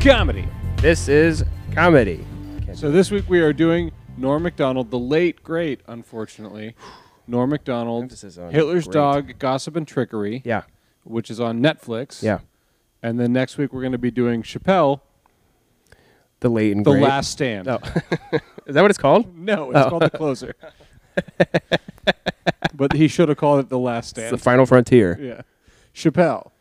comedy. This is comedy. Can't So this week we are doing Norm Macdonald, the late great, unfortunately. Norm Macdonald, Emphasis on Hitler's great. Dog, Gossip and Trickery, Yeah. which is on Netflix. Yeah. And then next week we're going to be doing Chappelle, The late and The great. Last Stand. Oh. is that what it's called? No, it's called The Closer. but he should have called it The Last It's Stand. the final frontier. yeah. Chappelle,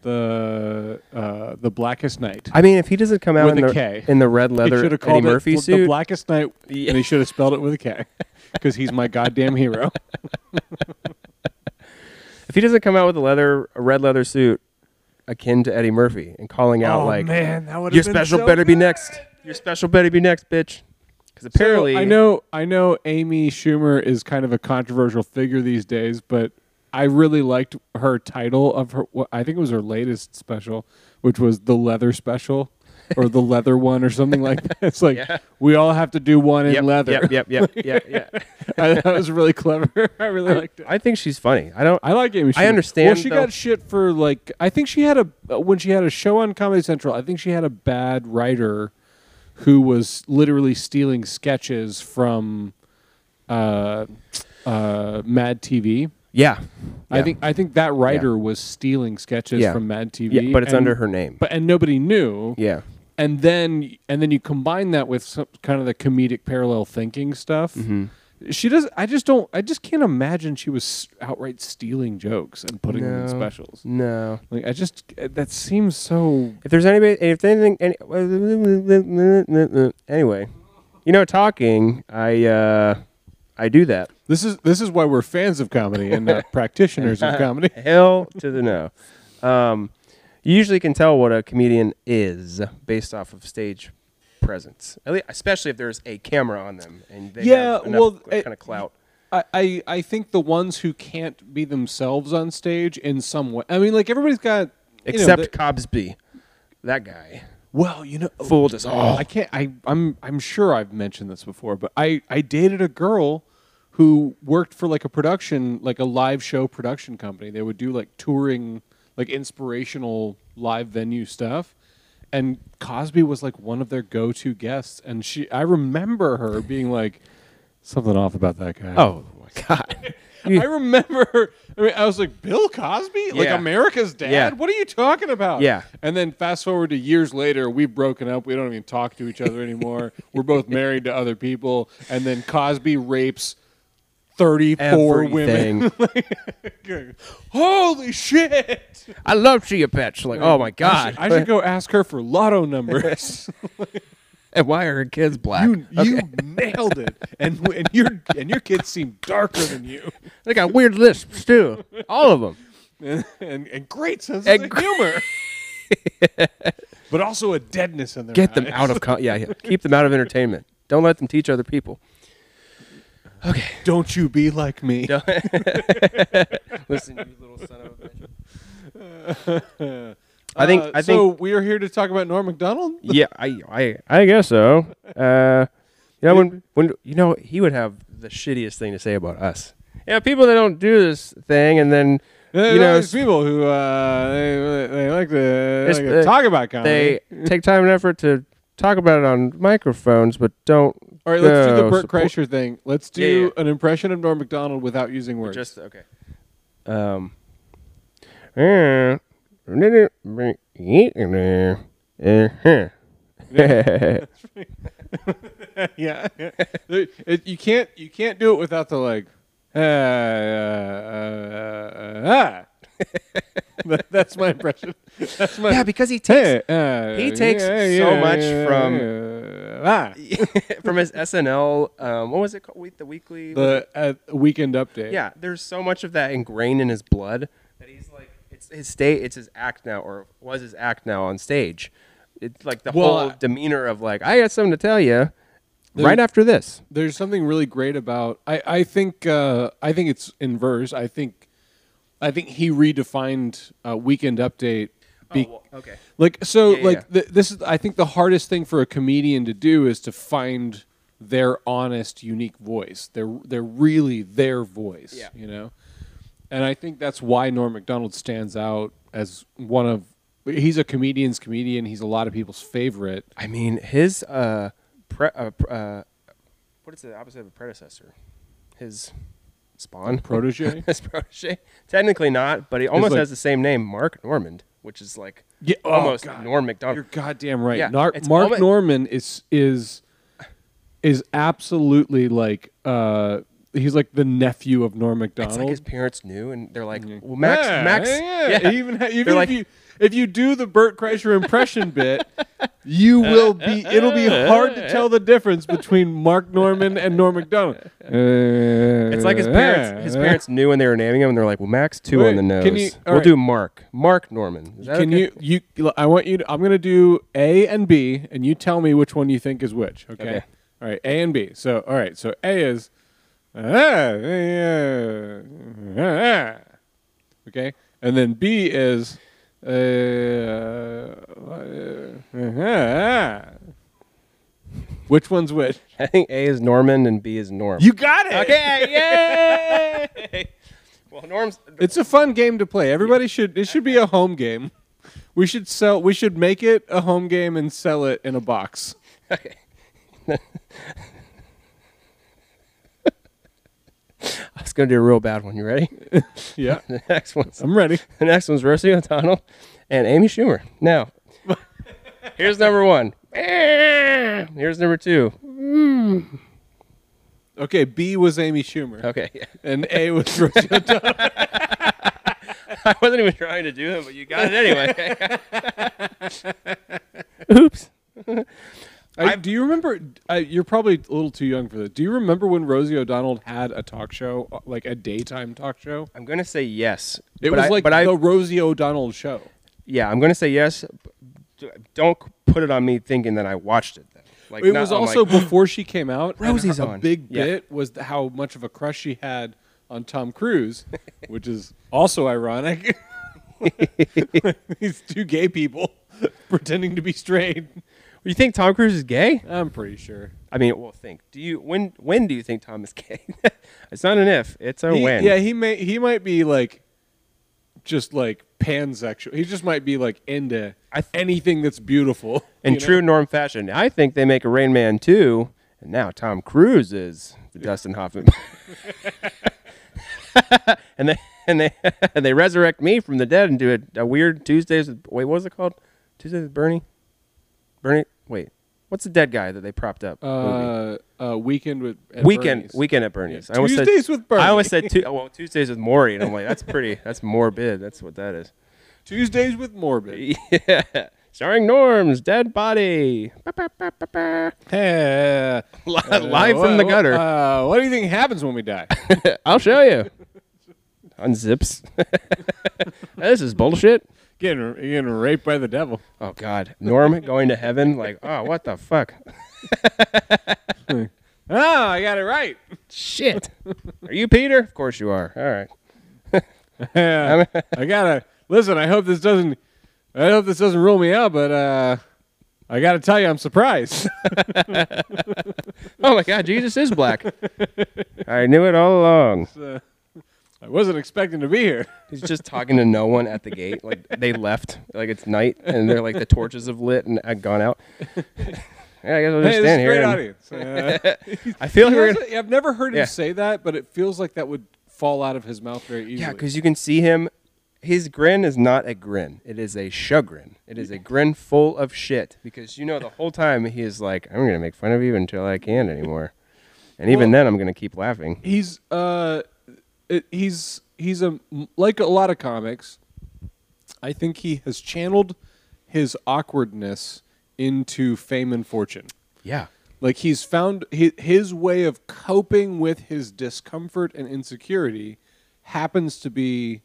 the uh, the Blackest Night. I mean, if he doesn't come out With in a the K. in the red leather he should have Eddie called Murphy it suit, The Blackest Night, Yeah. and he should have spelled it with a K, because he's my goddamn hero. if he doesn't come out with a leather a red leather suit akin to Eddie Murphy and calling out like Oh, man, that would your special better be next, your special better be next, bitch, because apparently I know, I know, Amy Schumer is kind of a controversial figure these days, but I really liked her title of her. wh- I think it was her latest special, which was the leather special. or the leather one, or something like that. It's like Yeah. we all have to do one in yep, leather. Yep, yep, yep, yep, yep. I, that was really clever. I really liked it. I think she's funny. I don't. I like Amy. Schumer. I understand, Well, she though- got shit for like. I think she had a uh, when she had a show on Comedy Central. I think she had a bad writer who was literally stealing sketches from uh, uh, Mad TV. yeah, I Yeah. think I think that writer was stealing sketches Yeah. from Mad TV. Yeah, but it's and- under her name. But and nobody knew. yeah, And then and then you combine that with some kind of the comedic parallel thinking stuff. She does. I just don't. I just can't imagine she was outright stealing jokes and putting them in No. specials. no. Like I just eh, that seems so. If there's anybody, if anything, any, anyway, you know, talking, I, uh, I do that. This is this is why we're fans of comedy and not practitioners of comedy. Hell to the no. Um, you usually can tell what a comedian is based off of stage presence, At least, especially if there's a camera on them and they Yeah, have enough well, eh, it- kind of clout. I, I I think the ones who can't be themselves on stage in some way. I mean, like everybody's got you know, Except the- Cobsby, that guy well, you know, oh, fooled us all. I can't. I I'm I'm sure I've mentioned this before, but I I dated a girl who worked for like a production, like a live show production company. They would do like touring, like inspirational live venue stuff. And Cosby was like one of their go-to guests, and she I remember her being like something off about that guy. Oh my god. I remember. her- I mean, I was like, Bill Cosby, like Yeah. America's dad. Yeah. What are you talking about? Yeah. And then fast forward to years later, we've broken up. We don't even talk to each other anymore. We're both married to other people. And then Cosby rapes thirty-four Everything. women. Holy shit! I love Chia Petch. Like, oh my I god. should, I should go ask her for lotto numbers. And why are her kids black? you you nailed it, and and your and your kids seem darker than you, They got weird lisps too. All of them. and and, and great sense And of gr- humor. but also a deadness in their Get them eyes. out of con- yeah, yeah. Keep them out of entertainment. Don't let them teach other people. Don't you be like me. Listen, you little son of a bitch. I think Uh, I so. think We are here to talk about Norm Macdonald. yeah, I I I guess so. Uh you know when when you know he would have the shittiest thing to say about us. Yeah, people that don't do this thing and then There's you know always people who uh, they, they like to, they It's- like to uh, talk about comedy. they take time and effort to talk about it on microphones but don't All right, let's do the uh, Burt support- Kreischer thing. Let's do Yeah, yeah. an impression of Norm Macdonald without using words. Just okay. Um. eh, eh, yeah, There- it- you can't you can't do it without the like. Uh, uh, uh, uh, ah. That- that's my impression. That's my yeah, because he takes Hey, uh, he takes so much from- uh, ah, from his SNL. Um, what was it called? Week, the weekly. the uh, weekend update. yeah, there's so much of that ingrained in his blood that he's like, it's his state, it's his act now, or was his act now on stage. It's like the Well, whole I- demeanor of like, I got something to tell you. There- Right after this, there's something really great about I, I think uh, I think it's inverse. I think I think he redefined uh, weekend update. be- Oh, okay. Like so, Yeah, yeah, like yeah. th- this is I think the hardest thing for a comedian to do is to find their honest, unique voice. They're they're really their voice. Yeah. You know, and I think that's why Norm Macdonald stands out as one of But he's a comedian's comedian. He's a lot of people's favorite. I mean, his uh, pre- uh, pr- uh, what is the opposite of a predecessor? His spawn, Protege? his protege. Technically not, but he almost like- has the same name, Mark Normand, which is like Yeah, oh, almost God. Norm You're Macdonald. goddamn right. Yeah, Nar- it's Mark almo- Norman is is is absolutely like uh he's like the nephew of Norm It's like Macdonald. his parents knew, and they're like, well, Max, yeah, Max, yeah, yeah, yeah. Even ha- even if like- you if you do the Burt Kreischer impression bit, you will be it'll be hard to tell the difference between Mark Norman and Norm Macdonald. It's like his parents. His parents knew when they were naming him, and they're like, "Well, Max two Wait, on the nose. can you- all we'll right. do Mark. Mark Norman. Is that Can okay? you you? I want you. To, I'm gonna do A and B, and you tell me which one you think is which. Okay. Okay. All right. A and B. So all right. So A is. "Ah, ah, ah, ah." Okay. And then B is. uh, uh, ah. Which one's which? I think A is Norman and B is Norm. You got it. okay? Yay! well, Norm's. It's a fun game to play. Everybody should. It should be a home game. We should sell. We should make it a home game and sell it in a box. Okay. I was gonna do a real bad one. You ready? Yeah, The next one's I'm ready. the next one's Rosie O'Donnell and Amy Schumer. Now, here's number one. Here's number two. Okay, B was Amy Schumer, Okay. yeah. and A was Rosie O'Donnell. I wasn't even trying to do it, but you got it anyway. Oops. I, do you remember? I, you're probably a little too young for this. Do you remember when Rosie O'Donnell had a talk show, uh, like a daytime talk show? I'm gonna say yes. It but was I- like but I, the Rosie O'Donnell show. yeah, I'm gonna say yes. b- Don't put it on me thinking that I watched it. Then. Like It not- was I'm also like, before she came out. and Rosie's her- on. A big Yeah. bit was th- how much of a crush she had on Tom Cruise, which is also ironic. These two gay people pretending to be straight. you think Tom Cruise is gay? I'm pretty sure. I mean, well, think. Do you when when do you think Tom is gay? it's not an if. It's a He- when. Yeah, he may he might be like just like pansexual. He just might be like into I th- anything that's beautiful. In you know? true Norm fashion, I think they make a Rain Man too, and now Tom Cruise is the Dustin Hoffman. and they and they and they resurrect me from the dead and do a, a weird Tuesdays. With, wait, what was it called? Tuesdays with Bernie. Bernie. Wait, what's the dead guy that they propped up? movie? uh, uh, weekend with at weekend. Bernie's. Weekend at Bernie's. Yeah, almost Tuesdays with Bernie. I always said tu- oh, well Tuesdays with Maury, and I'm like, that's pretty. That's morbid. That's what that is. Tuesdays with Morbid. Yeah. Starring Norm's dead body. Ba, ba, ba, ba, ba. Hey, Li- uh, Live wha- from the wha- gutter. Uh, what do you think happens when we die? I'll show you. Unzips. this is bullshit. getting getting raped by the devil. Oh God, Norm going to heaven? Like, oh, what the fuck? Oh, Ah, I got it right. Shit. Are you Peter? Of course you are. All right. Yeah, I gotta listen. I hope this doesn't. I hope this doesn't rule me out, but uh, I gotta tell you, I'm surprised. Oh my God, Jesus is black. I knew it all along. Uh, I wasn't expecting to be here. He's just talking to no one at the gate. Like they left. Like it's night, and they're like the torches have lit and had gone out. Yeah, I guess I'll just Hey, this is great stand here. and- audience. Uh, I feel like he we're has gonna- a- I've never heard him Yeah. say that, but it feels like that would fall out of his mouth very easily. Yeah, because you can see him. His grin is not a grin. It is a chagrin. It is a grin full of shit. Because you know the whole time he is like, I'm gonna make fun of you until I can't anymore, and even then I'm gonna keep laughing. he's uh, it, he's he's a like a lot of comics. I think he has channeled his awkwardness into fame and fortune. Yeah, Like he's found his, his way of coping with his discomfort and insecurity happens to be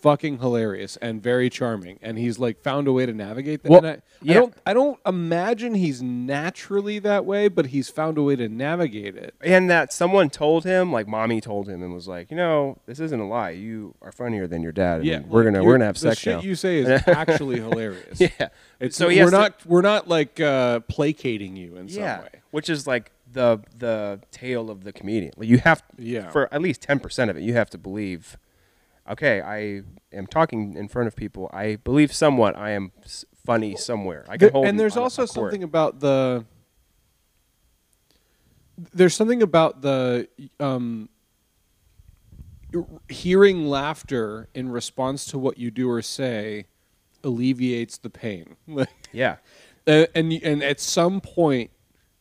fucking hilarious and very charming and he's like found a way to navigate that Well, and I, yeah. I don't I don't imagine he's naturally that way but he's found a way to navigate it. and that someone told him, like mommy told him, and was like, you know, this isn't a lie. You are funnier than your dad. and we're like, gonna you're- we're gonna have the sex shit now. you say is actually hilarious. yeah. It's so so he we're has to- not we're not like uh, placating you in yeah, some way. which is like the the tale of the comedian. Like you have Yeah. for at least ten percent of it, you have to believe okay, I am talking in front of people. I believe somewhat I am s- funny somewhere. I can There- hold. and there's on a- also a court. something about the there's something about the um hearing laughter in response to what you do or say alleviates the pain Like, Yeah, uh, and you- and at some point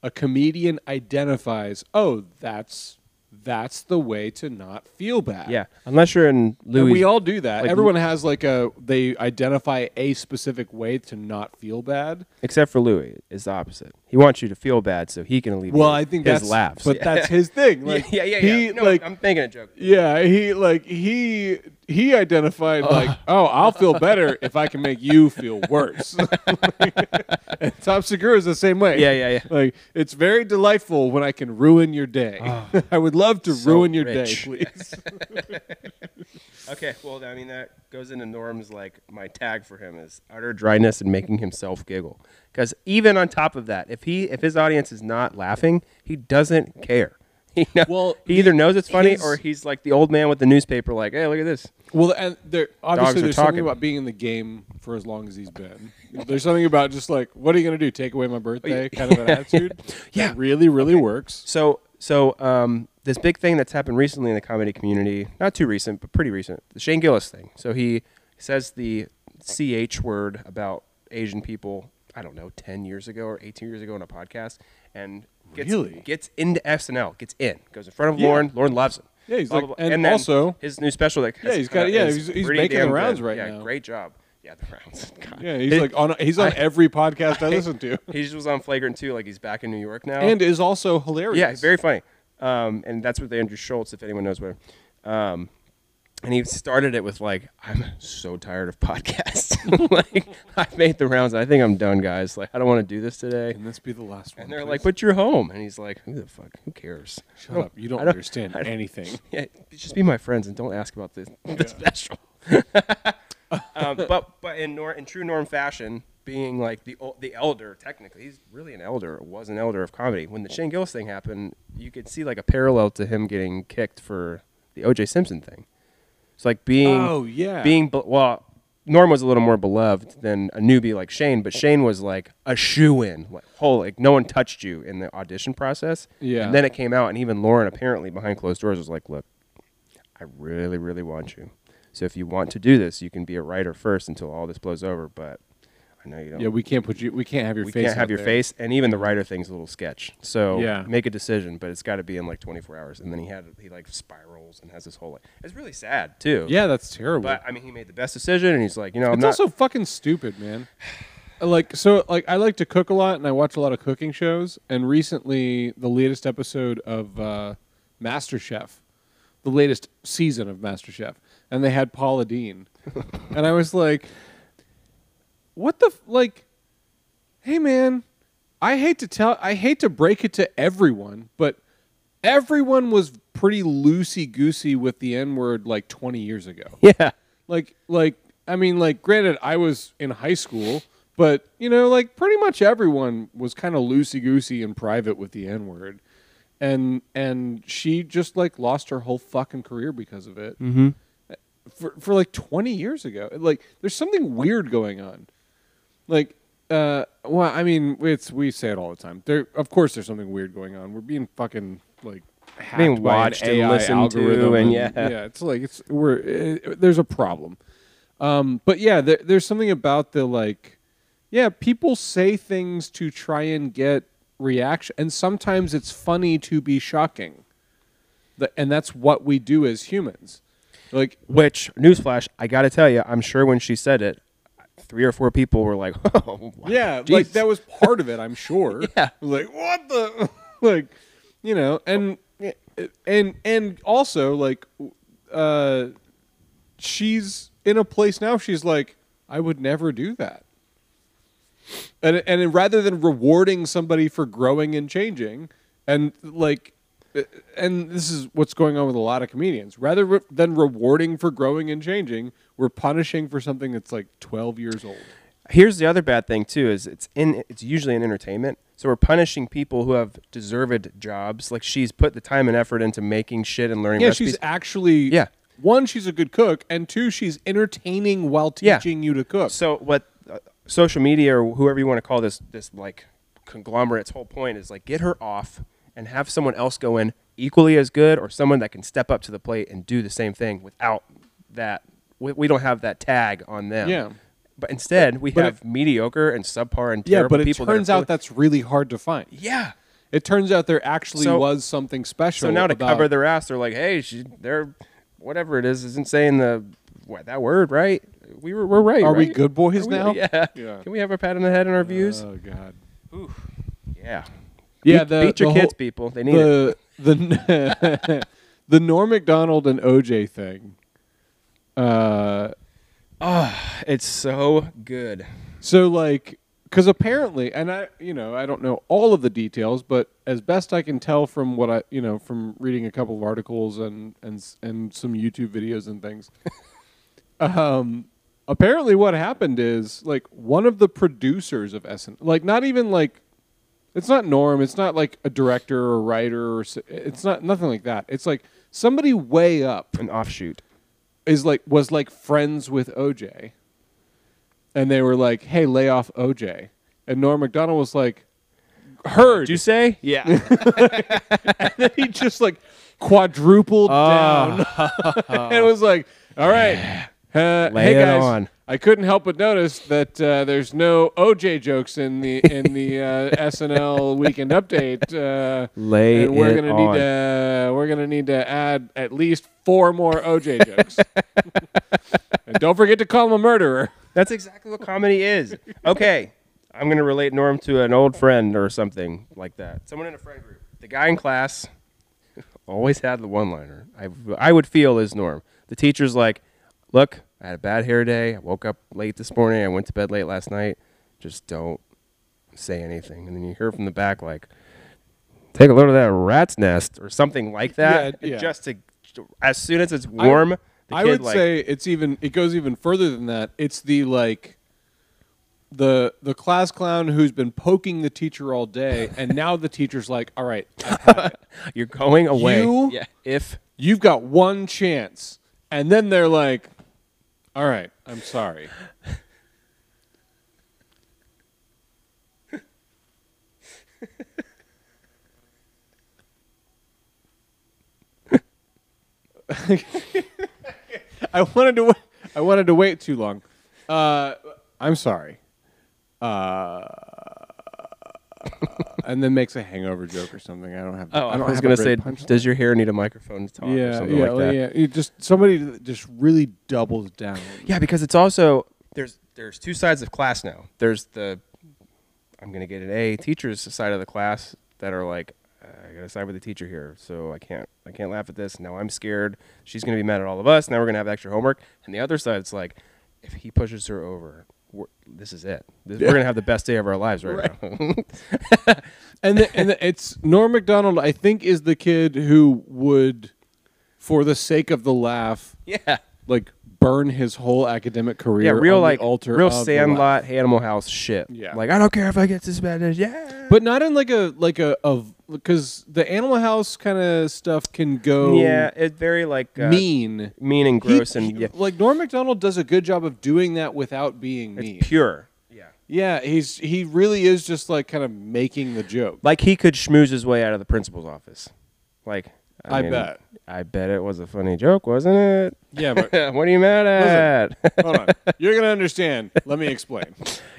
a comedian identifies oh that's that's the way to not feel bad yeah. Unless you're in and Louis. we all do that like- everyone has like a they identify a specific way to not feel bad except for Louis, is the opposite. He wants you to feel bad so he can alleviate. Well, I think his that's laughs. but that's his thing. Like, yeah, yeah, yeah. He, no, like, I'm making a joke. yeah, he like he he identified like, oh, I'll feel better if I can make you feel worse. and Tom Segura is the same way. Yeah, yeah, yeah. Like, it's very delightful when I can ruin your day. I would love to so ruin your rich. day, please. Okay, well, I mean that goes into Norm's like my tag for him is utter dryness and making himself giggle. Because even on top of that, if he if his audience is not laughing, he doesn't care. He know, Well, he either knows it's funny his- or he's like the old man with the newspaper, like, hey, look at this. Well, and there obviously are there's something talking. about being in the game for as long as he's been. Oh, There's something about just like, what are you gonna do? Take away my birthday? Kind of an attitude. Yeah. that really, really works. So so um, this big thing that's happened recently in the comedy community, not too recent, but pretty recent, the Shane Gillis thing. So he says the ch word about Asian people. I don't know, ten years ago or eighteen years ago on a podcast, and gets, Really? gets into SNL, gets in, goes in front of Yeah. Lauren. Lauren loves him. Yeah, he's Blah, like- blah, blah. and then also- his new special that Yeah, has he's come got- out yeah, is he's- he's pretty making the damn rounds good. right yeah, now. Great job. Yeah, the rounds. God. Yeah, he's like on. He's on every podcast I, listen to, He just was on Flagrant too. Like he's back in New York now. and is also hilarious. Yeah, very funny. Um, and that's with Andrew Schultz, if anyone knows where. Um, and he started it with like, "I'm so tired of podcasts. like, I made the rounds. I think I'm done, guys. Like, I don't want to do this today." Can this be the last one? And they're please? like, "But you're home." And he's like, "Who the fuck? Who cares? "Shut up! You don't, I don't- understand anything." Yeah, just be my friends and don't ask about this, this special." um, but but in, nor- in true norm fashion, being like the el- the elder, technically, he's really an elder. Was an elder of comedy. When the Shane Gillis thing happened, you could see like a parallel to him getting kicked for the O.J. Simpson thing. It's like being Oh, yeah. being be- well. Norm was a little more beloved than a newbie like Shane, but Shane was like a shoe in. Like, whole like no one touched you in the audition process. Yeah. And then it came out, and even Lauren apparently behind closed doors was like, "Look, I really, really want you. So if you want to do this, you can be a writer first until all this blows over. But I know you don't. Yeah, we can't put you. We can't have your we face. can't have out your there. face, and even the writer thing's a little sketch. So Yeah. make a decision, but it's got to be in like 24 hours. And then he had he like spirals and has this whole like it's really sad too. Yeah, that's terrible. But I mean, he made the best decision, and he's like, you know, I'm it's not. also fucking stupid, man. Like so, like I like to cook a lot, and I watch a lot of cooking shows. And recently, the latest episode of uh, MasterChef, the latest season of MasterChef, and they had Paula Dean, and I was like, "What the f- like? Hey, man, I hate to tell, I hate to break it to everyone, but everyone was pretty loosey goosey with the N word like 20 years ago." yeah, like like i mean like granted i was in high school but you know like pretty much everyone was kind of loosey goosey in private with the n word and and she just like lost her whole fucking career because of it mm-hmm. for for like 20 years ago like there's something weird going on like uh well i mean it's we say it all the time there of course there's something weird going on we're being fucking like hacked Being by an watched and AI listened to algorithm and yeah. yeah it's like it's we're uh, there's a problem um but yeah there, there's something about the like yeah people say things to try and get reaction and sometimes it's funny to be shocking Th- and that's what we do as humans like Which newsflash, I gotta tell you, I'm sure when she said it, three or four people were like, "Oh, wow, Yeah, jeez." like that was part of it, I'm sure. Yeah. Like what the like you know, and and and also like uh she's in a place now she's like I would never do that. And and rather than rewarding somebody for growing and changing and like and this is what's going on with a lot of comedians. Rather re- than rewarding for growing and changing, we're punishing for something that's like 12 years old. Here's the other bad thing too is it's in it's usually in entertainment. So we're punishing people who have deserved jobs. Like she's put the time and effort into making shit and learning Yeah, recipes. she's actually Yeah. One, she's a good cook, and two, she's entertaining while Yeah. teaching you to cook. So what uh, social media or whoever you want to call this this like conglomerate's whole point is like get her off and have someone else go in equally as good or someone that can step up to the plate and do the same thing without that we, we don't have that tag on them. Yeah. But instead we But have mediocre and subpar and yeah, terrible but it people. that are turns out really- that's really hard to find. yeah. It turns out there actually So- was something special. So now to about- cover their ass, they're like, hey, she, they're whatever it is isn't saying the what that word right. We were we're right. Are we right? good boys Are we- now? Yeah. Yeah. Can we have a pat on the head in our views? Oh God. Yeah. Yeah, beat, the- beat your the whole- kids, people. They need it. the the the Norm Macdonald and OJ thing. Uh, It's so good. so like, because apparently, and I, you know, I don't know all of the details, but as best I can tell from what I, you know, from reading a couple of articles and and s- and some YouTube videos and things. um, apparently, what happened is like one of the producers of SN, like not even like. It's not Norm. It's not like a director or writer. Or, s- it's not nothing like that. It's like somebody way up An offshoot. is like was like friends with OJ, and they were like, "Hey, lay off OJ," and Norm Macdonald was like, "Heard," Did you say? Yeah. and he just like quadrupled Ah. down, and was like, "All right, uh, Lay hey it guys." on. I couldn't help but notice that uh, there's no OJ jokes in the in the uh, SNL Weekend Update. Uh, Lay and we're it gonna on. need to we're gonna need to add at least four more OJ jokes. and don't forget to call him a murderer. That's exactly what comedy is. Okay. I'm going to relate Norm to an old friend or something like that. Someone in a friend group. The guy in class always had the one liner. I, I would feel is Norm. The teacher's like, look, I had a bad hair day. I woke up late this morning. I went to bed late last night. Just don't say anything. And then you hear from the back, like, take a load of that rat's nest or something like that. Yeah, yeah. Just to, as soon as it's warm, the I kid would like, say it's even it goes even further than that. It's the like the the class clown who's been poking the teacher all day, and now the teacher's like, "All right, I've had it. you're going away. You- Yeah. If you've got one chance," and then they're like, "All right, I'm sorry." I wanted to. wa- I wanted to wait too long. Uh, I'm sorry. Uh, and then makes a hangover joke or something. I don't have. Oh, I, don't was have gonna a say, great punchline. does your hair need a microphone to talk or yeah, something yeah, oh, like that? yeah. You just somebody that just really doubles down. Yeah, because it's also there's there's two sides of class now. There's the I'm gonna get an A teachers side of the class that are like I gotta side with the teacher here, so I can't I can't laugh at this. Now I'm scared. She's gonna be mad at all of us. Now we're gonna have extra homework. And the other side's like, if he pushes her over, we're, this is it. This, We're gonna have the best day of our lives right, now. and the, and the, it's Norm Macdonald. I think is the kid who would, for the sake of the laugh, yeah. like burn his whole academic Yeah, career. real on like the altar real of the laugh. Sandlot, Animal House shit. Yeah. like I don't care if I get suspended. Yeah, but not in like a like a of because the Animal House kind of stuff can go yeah, it's very like uh, mean, mean and He- gross, and he- yeah, like Norm Macdonald does a good job of doing that without being mean. it's pure. Yeah, yeah, he's he really is just like kind of making the joke. like he could schmooze his way out of the principal's office. Like I bet. I bet it was a funny joke, wasn't it? Yeah, but what are you mad at? hold on, you're gonna understand. Let me explain.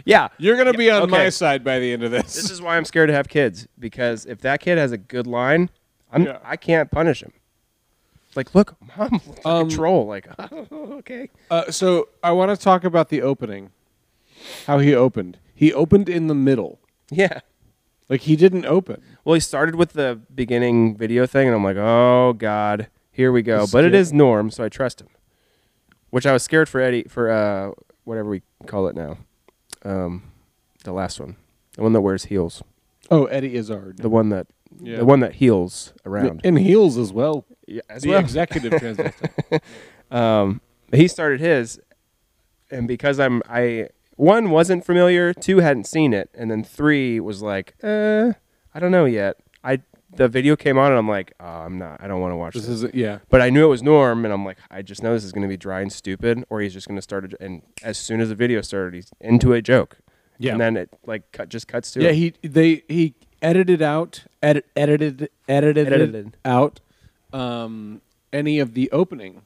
yeah, You're gonna be on okay. my side by the end of this. this is why I'm scared to have kids because if that kid has a good line, I'm Yeah. I can't punish him. Like, look, mom, looks like Um, a troll. Like, okay. Uh, so I want to talk about the opening, how he opened. He opened in the middle, Yeah. like he didn't open. Well, he started with the beginning video thing, and I'm like, oh god, here we go. This But it kid. is Norm, so I trust him. Which I was scared for Eddie for uh, whatever we call it now, um, the last one, the one that wears heels, Oh, Eddie Izzard. the one that, Yeah. the one that heels around. in heels as well. yeah, as the well. executive transvestite. he started his, and because I'm I one wasn't eh, familiar, two hadn't seen it, and then three was like, uh, I don't know yet. I the video came on, and I'm like, oh, I'm not. I don't want to watch this. This is yeah. but I knew it was Norm, and I'm like, I just know this is going to be dry and stupid, or he's just going to start. A, j- and as soon as the video started, he's into a joke. Yeah. And then it like cut, just cuts to Yeah, it. he they he edited out edit, edited edited Edited. out um, any of the opening.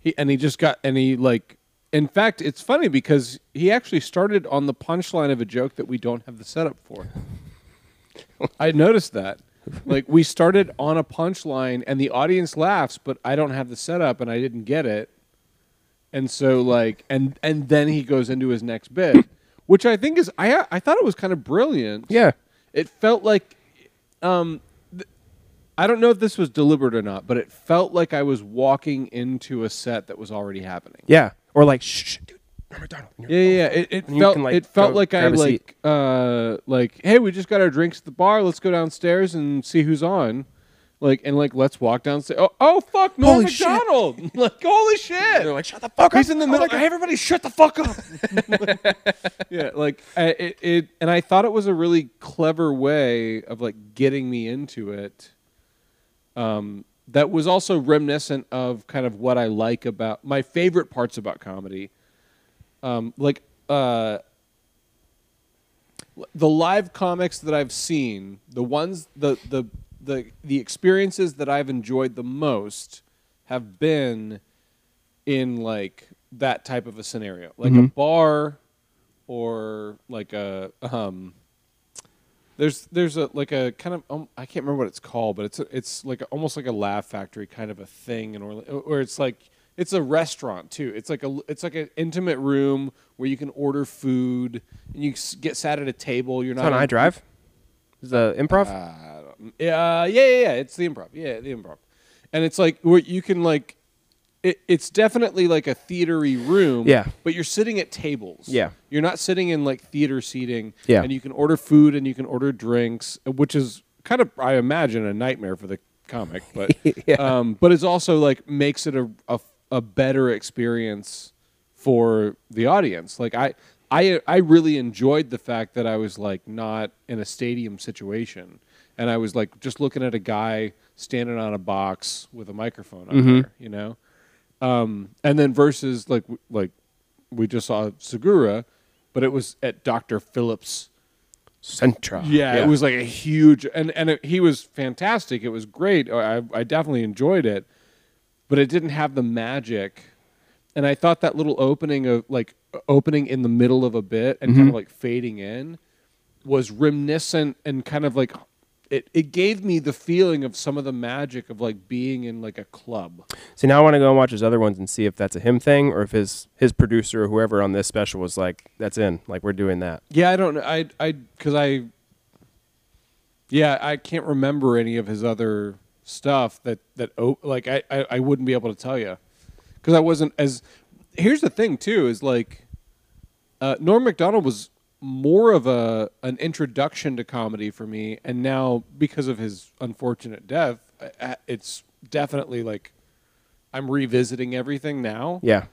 He and he just got and he like. In fact, it's funny because he actually started on the punchline of a joke that we don't have the setup for. I noticed that. Like we started on a punchline and the audience laughs, but I don't have the setup and I didn't get it. And so like and and then he goes into his next bit, which I think is I I thought it was kind of brilliant. Yeah. It felt like um th- I don't know if this was deliberate or not, but it felt like I was walking into a set that was already happening. Yeah. Or like, shh, shh, dude, Norm Macdonald. and you're- Yeah, yeah, yeah. It, it And you felt can, like, it felt go like I grab a seat. like uh like hey, we just got our drinks at the bar. Let's go downstairs and see who's on. Like and like let's walk downstairs. Oh, oh fuck, Norm Holy shit. McDonald. like holy And They're shit. like, shut the fuck up. He's in the Oh middle. my Like, God. hey, everybody, shut the fuck up. yeah, like I, it, it, and I thought it was a really clever way of like getting me into it. Um, that was also reminiscent of kind of what I like about my favorite parts about comedy. Um, like uh, the live comics that I've seen, the ones the the the the experiences that I've enjoyed the most have been in like that type of a scenario, like Mm-hmm. a bar or like a um. There's there's a like a kind of um, I can't remember what it's called, but it's a, it's like a, almost like a laugh factory kind of a thing in Orlando, where it's like it's a restaurant too. It's like a it's like an intimate room where you can order food and you s- get sat at a table. You're It's not on in- iDrive. Is the improv? I don't- yeah, uh, yeah, yeah, yeah. It's the improv. Yeah, the improv. And it's like where you can like, it, it's definitely like a theatery room. Yeah. But you're sitting at tables. Yeah. You're not sitting in like theater seating. Yeah. And you can order food and you can order drinks, uh, which is kind of I imagine a nightmare for the comic, but um, but it's also like makes it a, a a better experience for the audience. Like I. I, I really enjoyed the fact that I was like not in a stadium situation and I was like just looking at a guy standing on a box with a microphone on there, you know? Um, and then versus like w- like we just saw Segura, but it was at Dr. Phillips. Centra. Yeah, it was like a huge and and it, he was fantastic. It was great. I I definitely enjoyed it, but it didn't have the magic. And I thought that little opening of like opening in the middle of a bit and kind of like fading in was reminiscent and kind of like it, it gave me the feeling of some of the magic of like being in like a club. See, now I want to go and watch his other ones and see if that's a him thing or if his his producer or whoever on this special was like, that's in. Like, we're doing that. Yeah, I don't know. I I because I. Yeah, I can't remember any of his other stuff that that o- like I, I I wouldn't be able to tell you because I wasn't as. Here's the thing too is like, uh, Norm Macdonald was more of a an introduction to comedy for me, and now because of his unfortunate death, I- I- it's definitely like I'm revisiting everything now Yeah.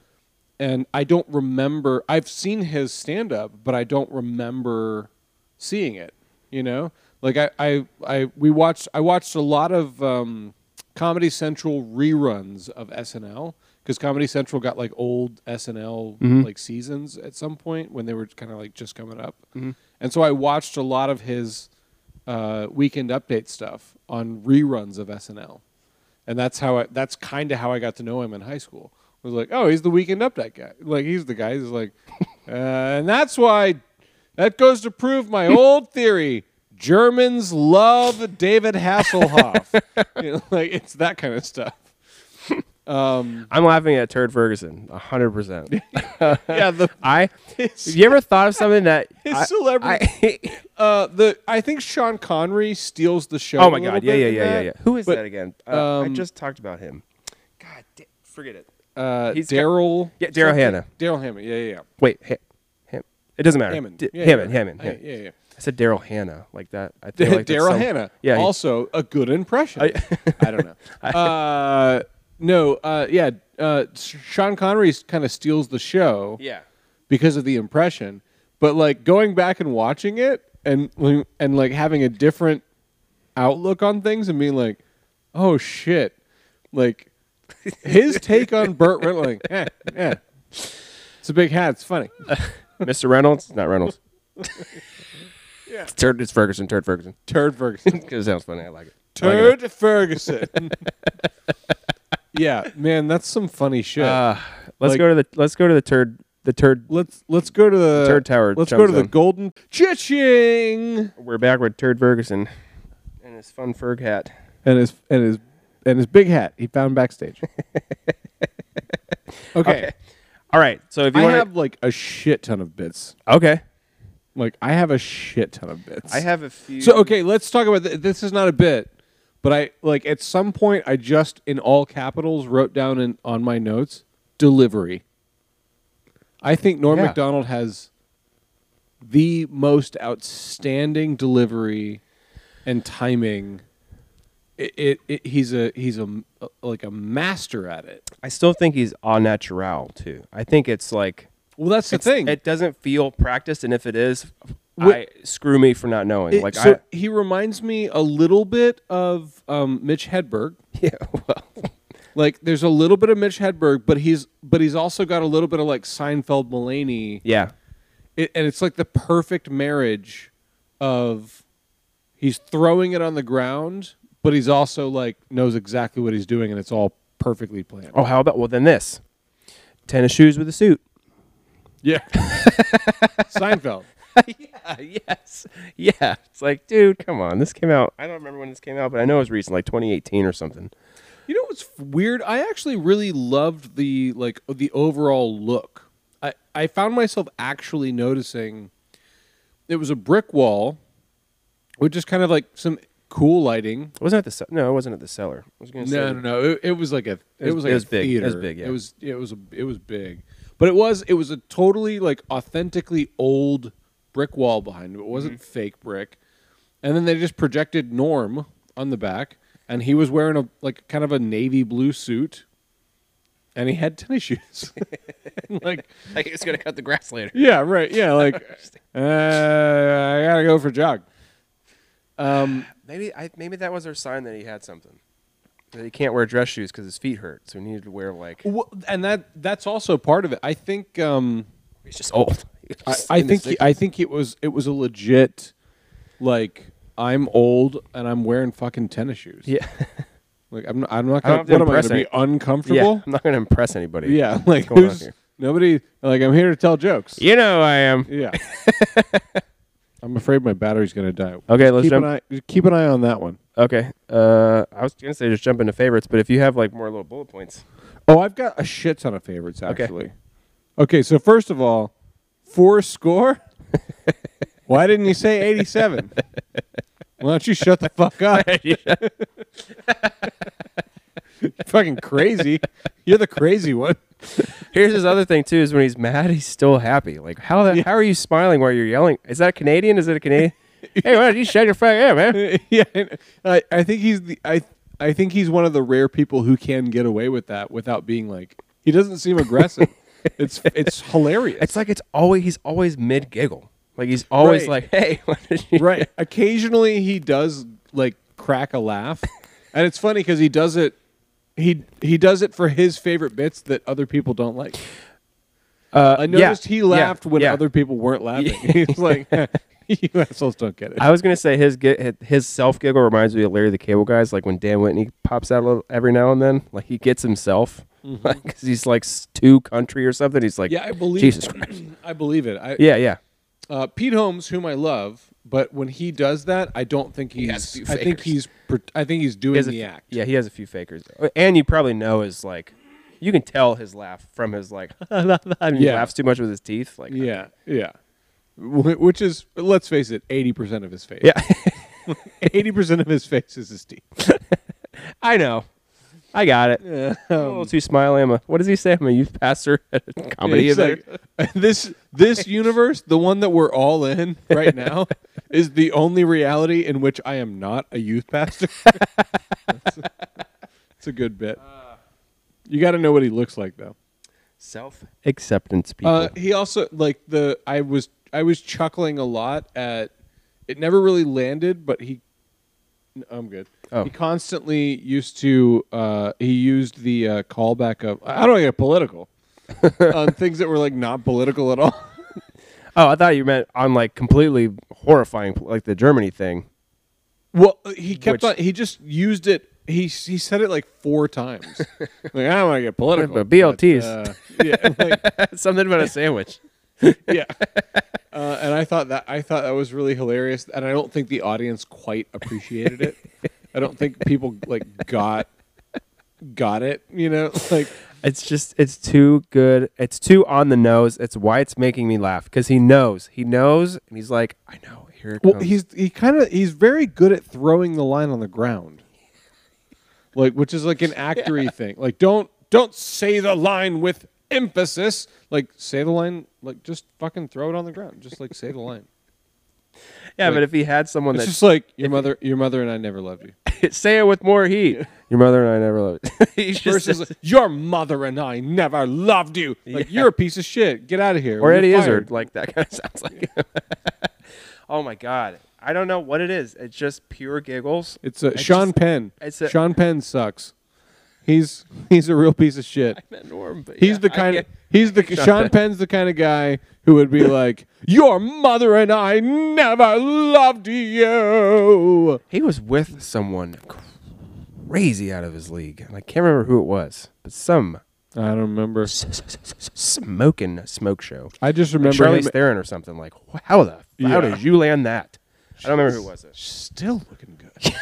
and I don't remember. I've seen his stand up, but I don't remember seeing it. You know, like I, I, I we watched. I watched a lot of um, Comedy Central reruns of SNL because Comedy Central got like old SNL like seasons at some point when they were kind of like just coming up, and so I watched a lot of his uh, weekend update stuff on reruns of SNL and that's how I, that's kind of how I got to know him in high school. Was like, oh, he's the weekend update guy. Like he's the guy who's like, uh, and that's why that goes to prove my old theory: Germans love David Hasselhoff. you know, like it's that kind of stuff. I'm laughing at Turd Ferguson, 100%. Yeah, the I, have you ever thought of something that. his I- celebrity. I, uh, the I think Sean Connery steals the show. oh my a little God. Yeah, bit yeah, in yeah, yeah, that, yeah. Who is but, that again? Uh, I um, just talked about him. God, da- forget it. Uh, He's got- Daryl. Yeah, Daryl Hannah. Daryl Hammond. Yeah, yeah, yeah. Wait, ha- Ham- it doesn't matter. Hammond. D- Yeah, Hammond, yeah. Hammond, I- Hammond. Yeah, yeah. I said Daryl Hannah like that. I feel like that's Daryl some- Hannah. Yeah, he- Also a good impression. I, don't know. Uh, no, uh, yeah. Uh, Sean Connery kind of steals the show yeah. because of the impression. But like going back and watching it and and like having a different outlook on things and being like, oh shit, like his take on Burt Reynolds, like, eh, eh. it's a big hat, it's funny. Mr. Reynolds, not Reynolds. Yeah. It's Turd, it's Ferguson, Turd Ferguson. Turd Ferguson, 'Cause it sounds funny. I like it. I like it. Turd Ferguson. yeah, man, that's some funny shit. Uh, let's Like- go to the let's go to the turd the turd. let's let's go to the Turd Tower Let's jump go to the zone. golden ching We're back with Turd Ferguson and his fun Ferg hat. and his and his and his big hat he found backstage. okay. All right. So if you I want have like a shit ton of bits. okay, Like I have a shit ton of bits. I have a few. So okay, let's talk about th- this. Is not a bit, but I like at some point I just in all capitals wrote down in on my notes delivery. I think Norm Yeah. Macdonald has the most outstanding delivery and timing. It, it, it he's a he's a m- like a master at it. I still think he's au natural too. I think it's like Well, that's the it's- thing. It doesn't feel practiced, and if it is, Wh- I screw me for not knowing. It- like so he reminds me a little bit of um, Mitch Hedberg. I yeah. Well, Like there's a little bit of Mitch Hedberg, but he's but he's also got a little bit of like Seinfeld Mulaney, yeah. it, and it's like the perfect marriage of he's throwing it on the ground, but he's also like knows exactly what he's doing, and it's all perfectly planned. Oh, how about well then this tennis shoes with a suit. Yeah, Seinfeld. yeah, yes. Yeah. It's like, dude, come on. This came out. I don't remember when this came out, but I know it was recent, like 2018 or something. You know what's f- weird? I actually really loved the like the overall look. I I found myself actually noticing it was a brick wall with just kind of like some cool lighting. Wasn't it the ce- no? It wasn't at the cellar. I was gonna say No, no, no. It, it was like a it, was- was like it was a big. It theater. was big, yeah. It was it was a, it was big. But it was it was a totally like authentically old brick wall behind it. It wasn't fake brick. And then they just projected Norm on the back and he was wearing a like kind of a navy blue suit and he had tennis shoes. like Like it's gonna cut the grass later. yeah, right. Yeah, like uh, I got to go for a jog. Um Maybe I maybe that was her sign that he had something. That he can't wear dress shoes because his feet hurt, so he needed to wear like well, and that that's also part of it. I think um he's just old. I, I think he- I think it was it was a legit like I'm old and I'm wearing fucking tennis shoes. yeah, Like I'm not, I'm not gonna, I don't have to what am I impress gonna be yeah. uncomfortable? I'm not gonna impress anybody. Yeah, like going on who's- here? nobody like I'm here to tell jokes. you know I am. Yeah. I'm afraid my battery's gonna die. Okay, let's keep jump. an eye keep an eye on that one. Okay, uh, I was gonna say just jump into favorites, but if you have like more little bullet points, Oh, I've got a shit ton of favorites Okay. actually. Okay, so first of all, four score? Why didn't you say eighty seven? Why don't you shut the fuck up? fucking crazy. You're the crazy one. Here's his other thing too: is when he's mad, he's still happy. Like how the, how are you smiling while you're yelling? Is that Canadian? Is it a Canadian? hey, why don't you shut your fuck up, man? yeah, and I, I think he's the I I think he's one of the rare people who can get away with that without being like he doesn't seem aggressive. it's it's hilarious. It's like it's always he's always mid giggle. Like he's always Right. like, hey, why don't you- right. Occasionally he does like crack a laugh, and it's funny because he does it. He he does it for his favorite bits that other people don't like. Uh, I yeah, noticed he yeah, laughed when yeah. other people weren't laughing. He's like, "You assholes don't get it." I was gonna say his gi- his self giggle reminds me of Larry the Cable Guy's. Like when Dan Whitney pops out a little every now and then, like he gets himself because he's like s- too country or something. He's like, Mm-hmm. Yeah, I believe. Jesus Christ. I believe it. I, Yeah, yeah. uh, Pete Holmes, whom I love, but when he does that, I don't think he's. has a few I think fakers. he's. pr- I think he's doing has a the f- act. Yeah, he has a few fakers, and you probably know his like, you can tell his laugh from his like, I mean, he Yeah. laughs too much with his teeth. Like, Yeah. Yeah. Wh- Which is, let's face it, eighty percent of his face. yeah, eighty percent of his face is his teeth. I know, I got it. Yeah. um, I'm a little too smiley. I'm a, what does he say? I'm a youth pastor at a comedy It's event. like, this this universe, the one that we're all in right now, is the only reality in which I am not a youth pastor. That's- It's a good bit. You got to know what he looks like, though. Self acceptance, people. Uh, he also like the I was I was chuckling a lot at. It never really landed, but he I'm good. Oh. He constantly used to uh, he used the uh, callback of I don't get political on things that were like not political at all. Oh, I thought you meant on like completely horrifying, like the Germany thing. Well, uh, he kept Which- on. He just used it. He he said it like four times. like I don't want to get political, But BLTs. uh, yeah, like, Something about a sandwich. yeah. Uh, and I thought that I thought that was really hilarious, and I don't think the audience quite appreciated it. I don't think people like got got it. You know, like It's just, it's too good. It's too on the nose. It's why it's making me laugh because he knows. He knows, and he's like, I know. Here it comes. well, he's he kind of he's very good at throwing the line on the ground, like which is like an actory thing. Like don't don't say the line with emphasis. Like say the line. Like just fucking throw it on the ground. Just like say the line. yeah, but like- if he had someone It's that just like your mother. Your mother and I never loved you. say it with more heat, your mother and I never loved it. he's just, Versus like, your mother and I never loved you. Like you're a piece of shit. Get out of here. or You're Eddie fired. Izzard, like that kind of sounds like. oh my god, I don't know what it is. It's just pure giggles. It's a, I Sean just- Penn. it's a- Sean Penn sucks. He's he's a real piece of shit. Norm, but He's yeah, the I kind of get- he's the Sean Penn's the kind of guy who would be like, "Your mother and I never loved you." He was with someone crazy out of his league, and I can't remember who it was, but some I don't remember. smoking smoke show. I just remember Charlie him- Theron or something. Like, wh- how the how Yeah. did you land that? I don't remember who it was. still looking good.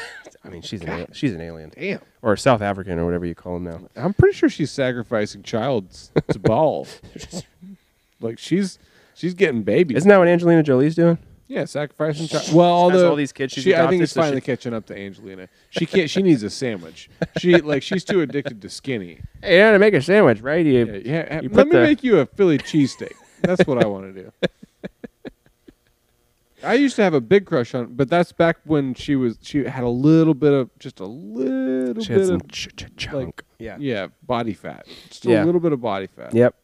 I mean, she's an al- she's an alien Damn. or a South African or whatever you call him now. I'm pretty sure she's sacrificing child s- to ball. like she's she's getting babies. Isn't that what Angelina Jolie's doing? yeah, sacrificing child. Well, has although all these kids she's she, I think adopted, it's so finally she- catching up to Angelina. She can't. She needs a sandwich. She like she's too addicted to skinny. Hey, you gotta make a sandwich, right? You, Yeah, yeah. you let put me the- make you a Philly cheesesteak. That's what I want to do. I used to have a big crush on, but that's back when she was she had a little bit of just a little She bit had some of ch- ch- chunk. like yeah. yeah body fat, just a Yeah. little bit of body fat. Yep.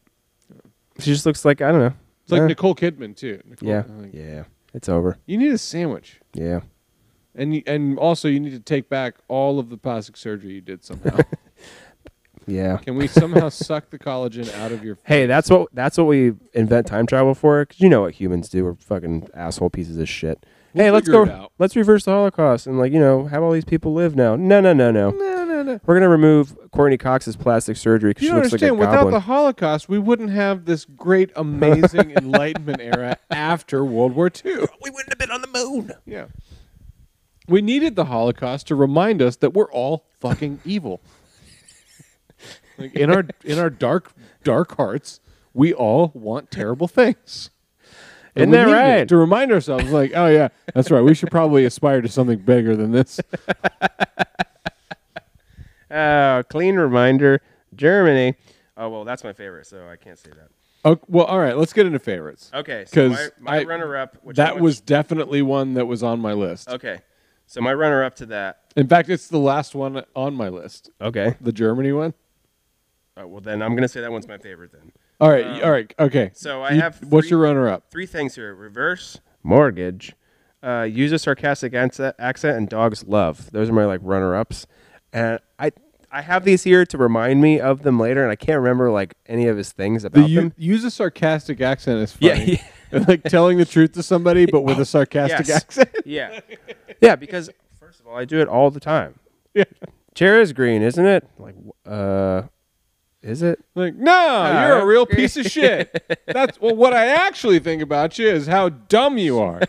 She just looks like I don't know. it's like Uh, Nicole Kidman too. Nicole, yeah, like, yeah. It's over. you need a sandwich, Yeah. and you, and also you need to take back all of the plastic surgery you did somehow. Yeah. Can we somehow suck the collagen out of your? Hey, that's what that's what we invent time travel for. Cause you know what humans do. We're fucking asshole pieces of shit. We'll hey, let's figure go. it out. Let's reverse the Holocaust and like you know have all these people live now. No, no, no, no. No, no, no. We're gonna remove Courtney Cox's plastic surgery because You she don't looks like a understand. Without goblin. the Holocaust, we wouldn't have this great, amazing Enlightenment era after World War II. we wouldn't have been on the moon. Yeah. We needed the Holocaust to remind us that we're all fucking evil. Like in our in our dark dark hearts, we all want terrible things. And Isn't we that needed it right? To remind ourselves, like, oh yeah, that's right. We should probably aspire to something bigger than this. Oh, clean reminder, Germany. Oh well, that's my favorite, so I can't say that. Oh, well, all right. Let's get into favorites. Okay, so 'Cause my, my I- runner-up. Uh, Which I That want- was definitely one that was on my list. okay. So my runner-up to that. In fact, it's the last one on my list. Okay. The Germany one. Oh, well, then I'm gonna say that one's my favorite. Then All right, all right, okay. Uh, so I You- have what's three- your runner-up? three things here: reverse mortgage, uh, use a sarcastic anse- accent, and dogs love. Those are my like runner-ups, and I I have these here to remind me of them later, and I can't remember like any of his things The about u- them. use a sarcastic accent is Yeah, funny. like telling the truth to somebody, but with a sarcastic Yes. accent. yeah, yeah, because first of all, I do it all the time. Yeah. Chair is green, isn't it? Like, wh- uh, is it? Like, no, you're a real piece of shit. That's well, what I actually think about you is how dumb you are.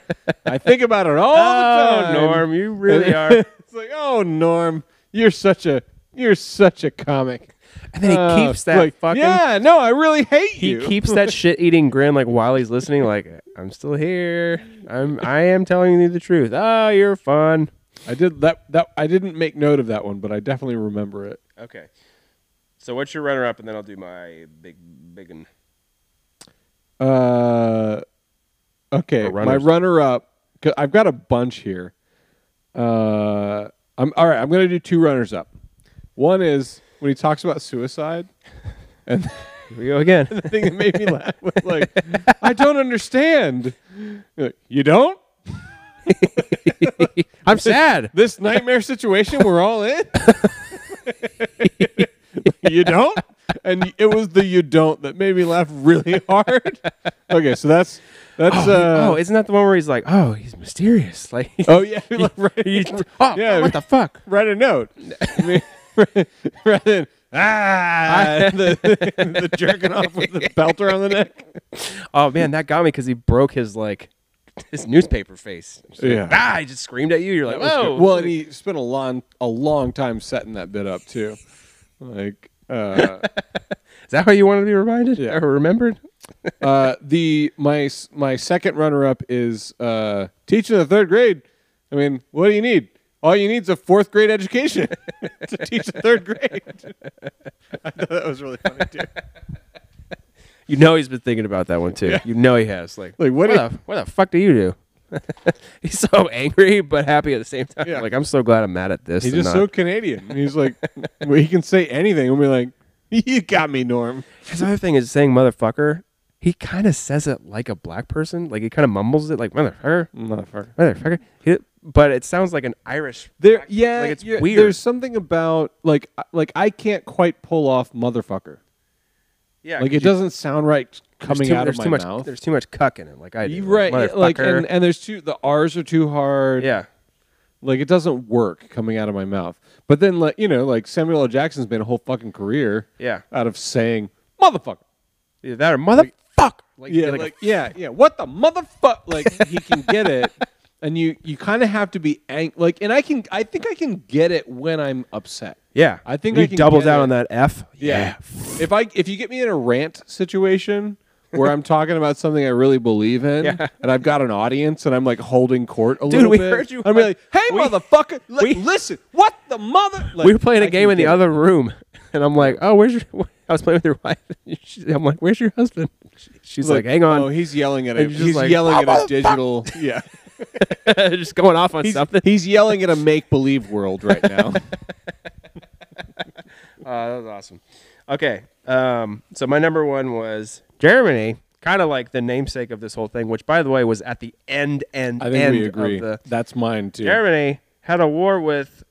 I think about it all the Oh, time. Norm, you really are. it's like, oh, Norm, you're such a you're such a comic. And then he Oh, keeps that like, fucking- Yeah, no, I really hate He you. keeps that shit eating grin like while he's listening, like I'm still here. I'm I am telling you the truth. Oh, you're fun. I did that. That I didn't make note of that one, but I definitely remember it. Okay. So what's your runner up and then I'll do my big big one. Uh, okay, Or my runners. runner up. I've got a bunch here. Uh, I'm all right. I'm gonna do two runners up. One is when he talks about suicide, and Here we go again. the thing that made me laugh was like, "I don't understand." You're like, you don't? I'm sad. This nightmare situation we're all in. you don't? And it was the you don't that made me laugh really hard. Okay, so that's that's uh oh, isn't that the one where he's like, "Oh, he's mysterious." Like, oh yeah, right. he's- oh, yeah. what the fuck? write a note. I mean, rather than ah, the, the jerking off with the belt around the neck. Oh man, that got me because he broke his like his newspaper face. Just like, Yeah. ah, he just screamed at you. You're like, "Whoa!" Well, and he spent a long, a long time setting that bit up too. Like uh, is that how you want to be reminded Yeah. or remembered? uh, the my s- my second runner up is uh, teaching the third grade. I mean, what do you need? All you need is a fourth grade education to teach the third grade. I thought that was really funny too. You know he's been thinking about that one too. You know he has. Like, Like, what what, do the, what the fuck do you do? he's so angry but happy at the same time. Yeah. Like, I'm so glad I'm mad at this. He's and just so not- Canadian. And He's like, well, he can say anything. We'll be like, you got me, Norm. His other thing is saying motherfucker. He kind of says it like a black person. Like he kind of mumbles it like motherfucker, Motherfucker. motherfucker. He- but it sounds like an Irish. There, yeah, Like, it's yeah, weird. There's something about like, I- like I can't quite pull off motherfucker. Yeah, Like it doesn't sound right coming out of there's my too much, mouth. There's too much cuck in it. Like I do. You right, yeah, like motherfucker. and, and there's too the R's are too hard. yeah. like it doesn't work coming out of my mouth. But then, like you know, like Samuel L. Jackson's made a whole fucking career Yeah. out of saying motherfucker. Either that or motherfucker. Like, yeah, you're like, like a yeah, yeah. What the motherfuck? Like he can get it, and you you kind of have to be ang- like, and I can I think I can get it when I'm upset. Yeah, I think you I can double get down it. on that F. Yeah. If I if you get me in a rant situation where I'm talking about something I really believe in Yeah. and I've got an audience and I'm like holding court a little we bit. heard you I'm on- like, "Hey we- motherfucker, li- we- listen. What the mother like, we were playing a a game in the other room, and I'm like, "Oh, where's your?" I was playing with your wife. She- I'm like, "Where's your husband?" She's like, "Hang Oh, on," he's yelling at a And you're just he's like, yelling at a digital yeah. just going off on He's, something. he's yelling at a make believe world right now. Uh, that was awesome. Okay, um, so my number one was Germany, kind of like the namesake of this whole thing, which, by the way, was at the end and I think end we agree. of the That's mine too. Germany had a war with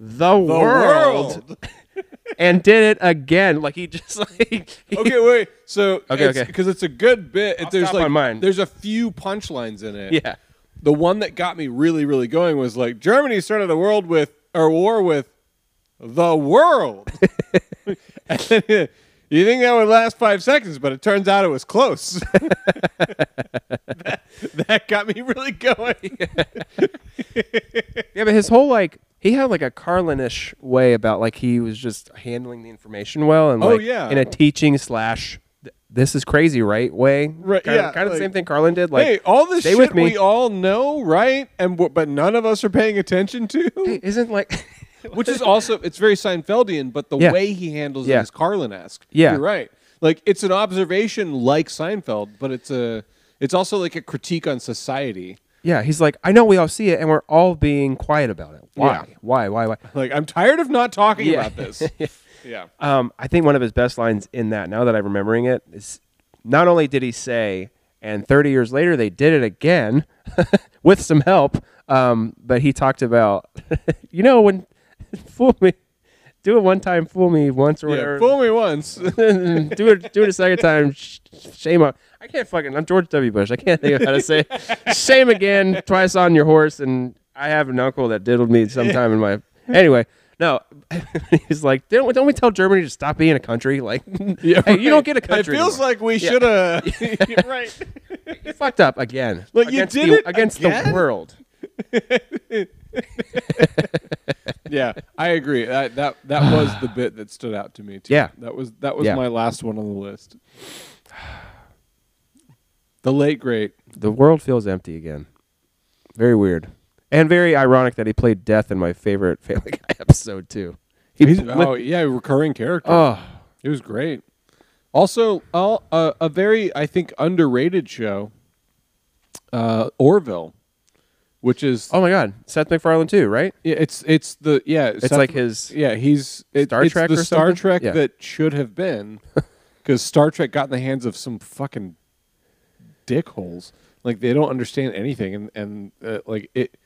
the, world. world. and did it again. Like he just like he- okay, wait. So Okay, okay. because it's a good bit. It, there's stop like on mine. there's a few punchlines in it. Yeah. The one that got me really, really going was like Germany started a world with or war with the world. And you think that would last five seconds, but it turns out it was close. that, that got me really going. Yeah, but his whole like he had like a Carlinish way about like he was just handling the information well and Oh, like yeah. in a teaching slash th- this is crazy right way. Right, Kind yeah, of, kind of like- the same thing Carlin did. Like hey, all this stay shit with me. we all know, right? And w- but none of us are paying attention to. Hey, isn't like which is also it's very Seinfeldian, but the Yeah. way he handles Yeah. it is Carlin-esque. Yeah. you're right. Like it's an observation like Seinfeld, but it's a it's also like a critique on society. yeah, he's like I know we all see it and we're all being quiet about it. Why? Yeah. Why? Why? Why? Like I'm tired of not talking Yeah. about this. yeah, Um, I think one of his best lines in that, now that I'm remembering it, is not only did he say, and 30 years later they did it again with some help, um, but he talked about, you know, when fool me, do it one time, fool me once or yeah. whatever. Fool me once. do it, do it a second time. sh- Shame on. I can't fucking. I'm George W. Bush. I can't think of how to say. it. Shame again, twice on your horse. And I have an uncle that diddled me sometime in my. Anyway, no, he's like, don't don't we tell Germany to stop being a country? Like, hey, you don't get a country. It feels anymore. like we Yeah. should have. right. you fucked up again. Like, you Against did the- it against the again? world. Yeah, I agree. That that that was the bit that stood out to me too. Yeah. that was that was Yeah. my last one on the list. The late great. The world feels empty again. Very weird, and very ironic that he played death in my favorite Family Guy episode too. He He's, pl- oh yeah, recurring character. oh. It was great. Also, all, uh, a very I think underrated show, uh, Orville, which is Oh my God, Seth MacFarlane too, right? yeah, it's it's the yeah It's like his- yeah he's it- Star it's Trek the or Star something? Trek Yeah. that should have been because Star Trek got in the hands of some fucking dickholes Like they don't understand anything, and and uh, like it,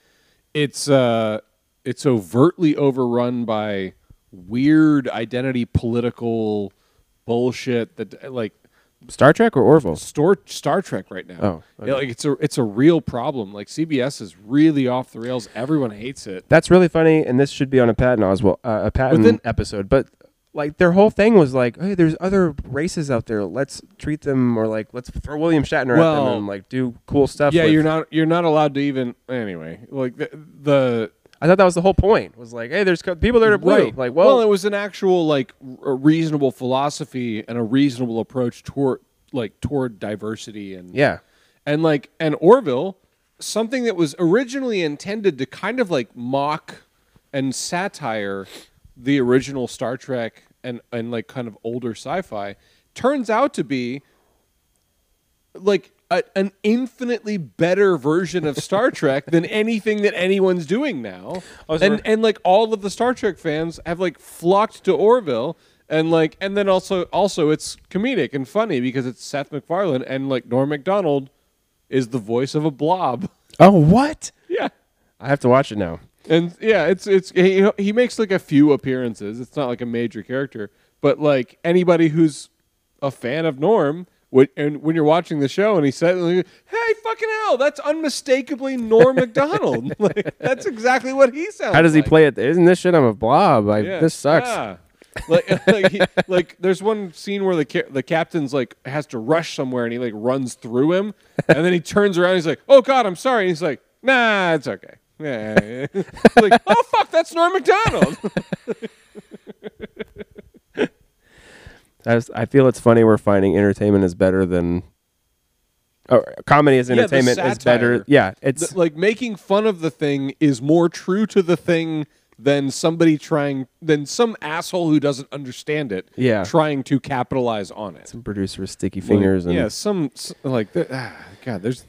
it's uh, it's overtly overrun by weird identity political bullshit that like Star Trek or Orville? Star Star Trek right now. Oh, okay. Yeah, like it's a it's a real problem. Like CBS is really off the rails. Everyone hates it. That's really funny, and this should be on a Patton Oswald uh, a Patton then- episode. But like their whole thing was like, hey, there's other races out there. Let's treat them, or like let's throw William Shatner at Well- them and like do cool stuff. Yeah, with- you're not you're not allowed to even anyway. Like the, the I thought that was the whole point. Was like, hey, there's co- people there to blue. right. Like, well, it was an actual like r- a reasonable philosophy and a reasonable approach toward like toward diversity and yeah, and like and Orville, something that was originally intended to kind of like mock and satire the original Star Trek and and like kind of older sci-fi, turns out to be like a, an infinitely better version of Star Trek than anything that anyone's doing now. Oh, so and we're- and like all of the Star Trek fans have like flocked to Orville and like and then also also it's comedic and funny because it's Seth MacFarlane and like Norm Macdonald is the voice of a blob. oh, what? Yeah. I have to watch it now. And yeah, it's it's he, he makes like a few appearances. It's not like a major character, but like anybody who's a fan of Norm, when, and when you're watching the show, and he said, like, "Hey, fucking hell, that's unmistakably Norm Macdonald. like that's exactly what he sounds." How does he like. play it? Isn't this shit? I'm a blob. I, Yeah. This sucks. Yeah. like like, he, like there's one scene where the ca- the captain's like has to rush somewhere and he like runs through him and then he turns around and he's like oh god I'm sorry and he's like nah it's okay yeah like oh fuck that's Norm Macdonald I, was- I feel it's funny we're finding entertainment is better than or comedy as the entertainment is satire. better. Yeah, it's Th- like making fun of the thing is more true to the thing than somebody trying than some asshole who doesn't understand it Yeah. trying to capitalize on it some producers sticky fingers Like, and yeah, some s- like th- ah, God. There's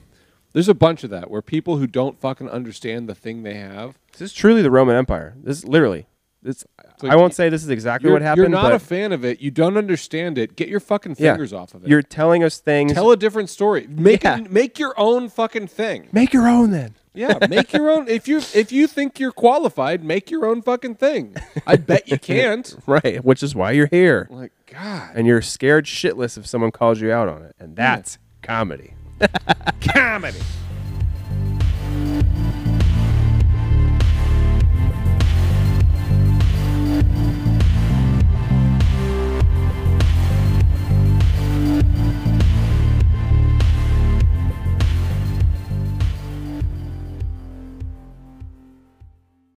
there's a bunch of that where people who don't fucking understand the thing they have. this is truly the Roman Empire. This is literally. This So I won't say this is exactly You're, what happened. you're not but a fan of it. You don't understand it. Get your fucking yeah, fingers off of it. You're telling us things. Tell a different story. Make Yeah. a- make your own fucking thing. Make your own then. Yeah, make your own. If you if you think you're qualified, make your own fucking thing. I bet you can't. Right, which is why you're here, Like God, and you're scared shitless if someone calls you out on it, and that's comedy. comedy.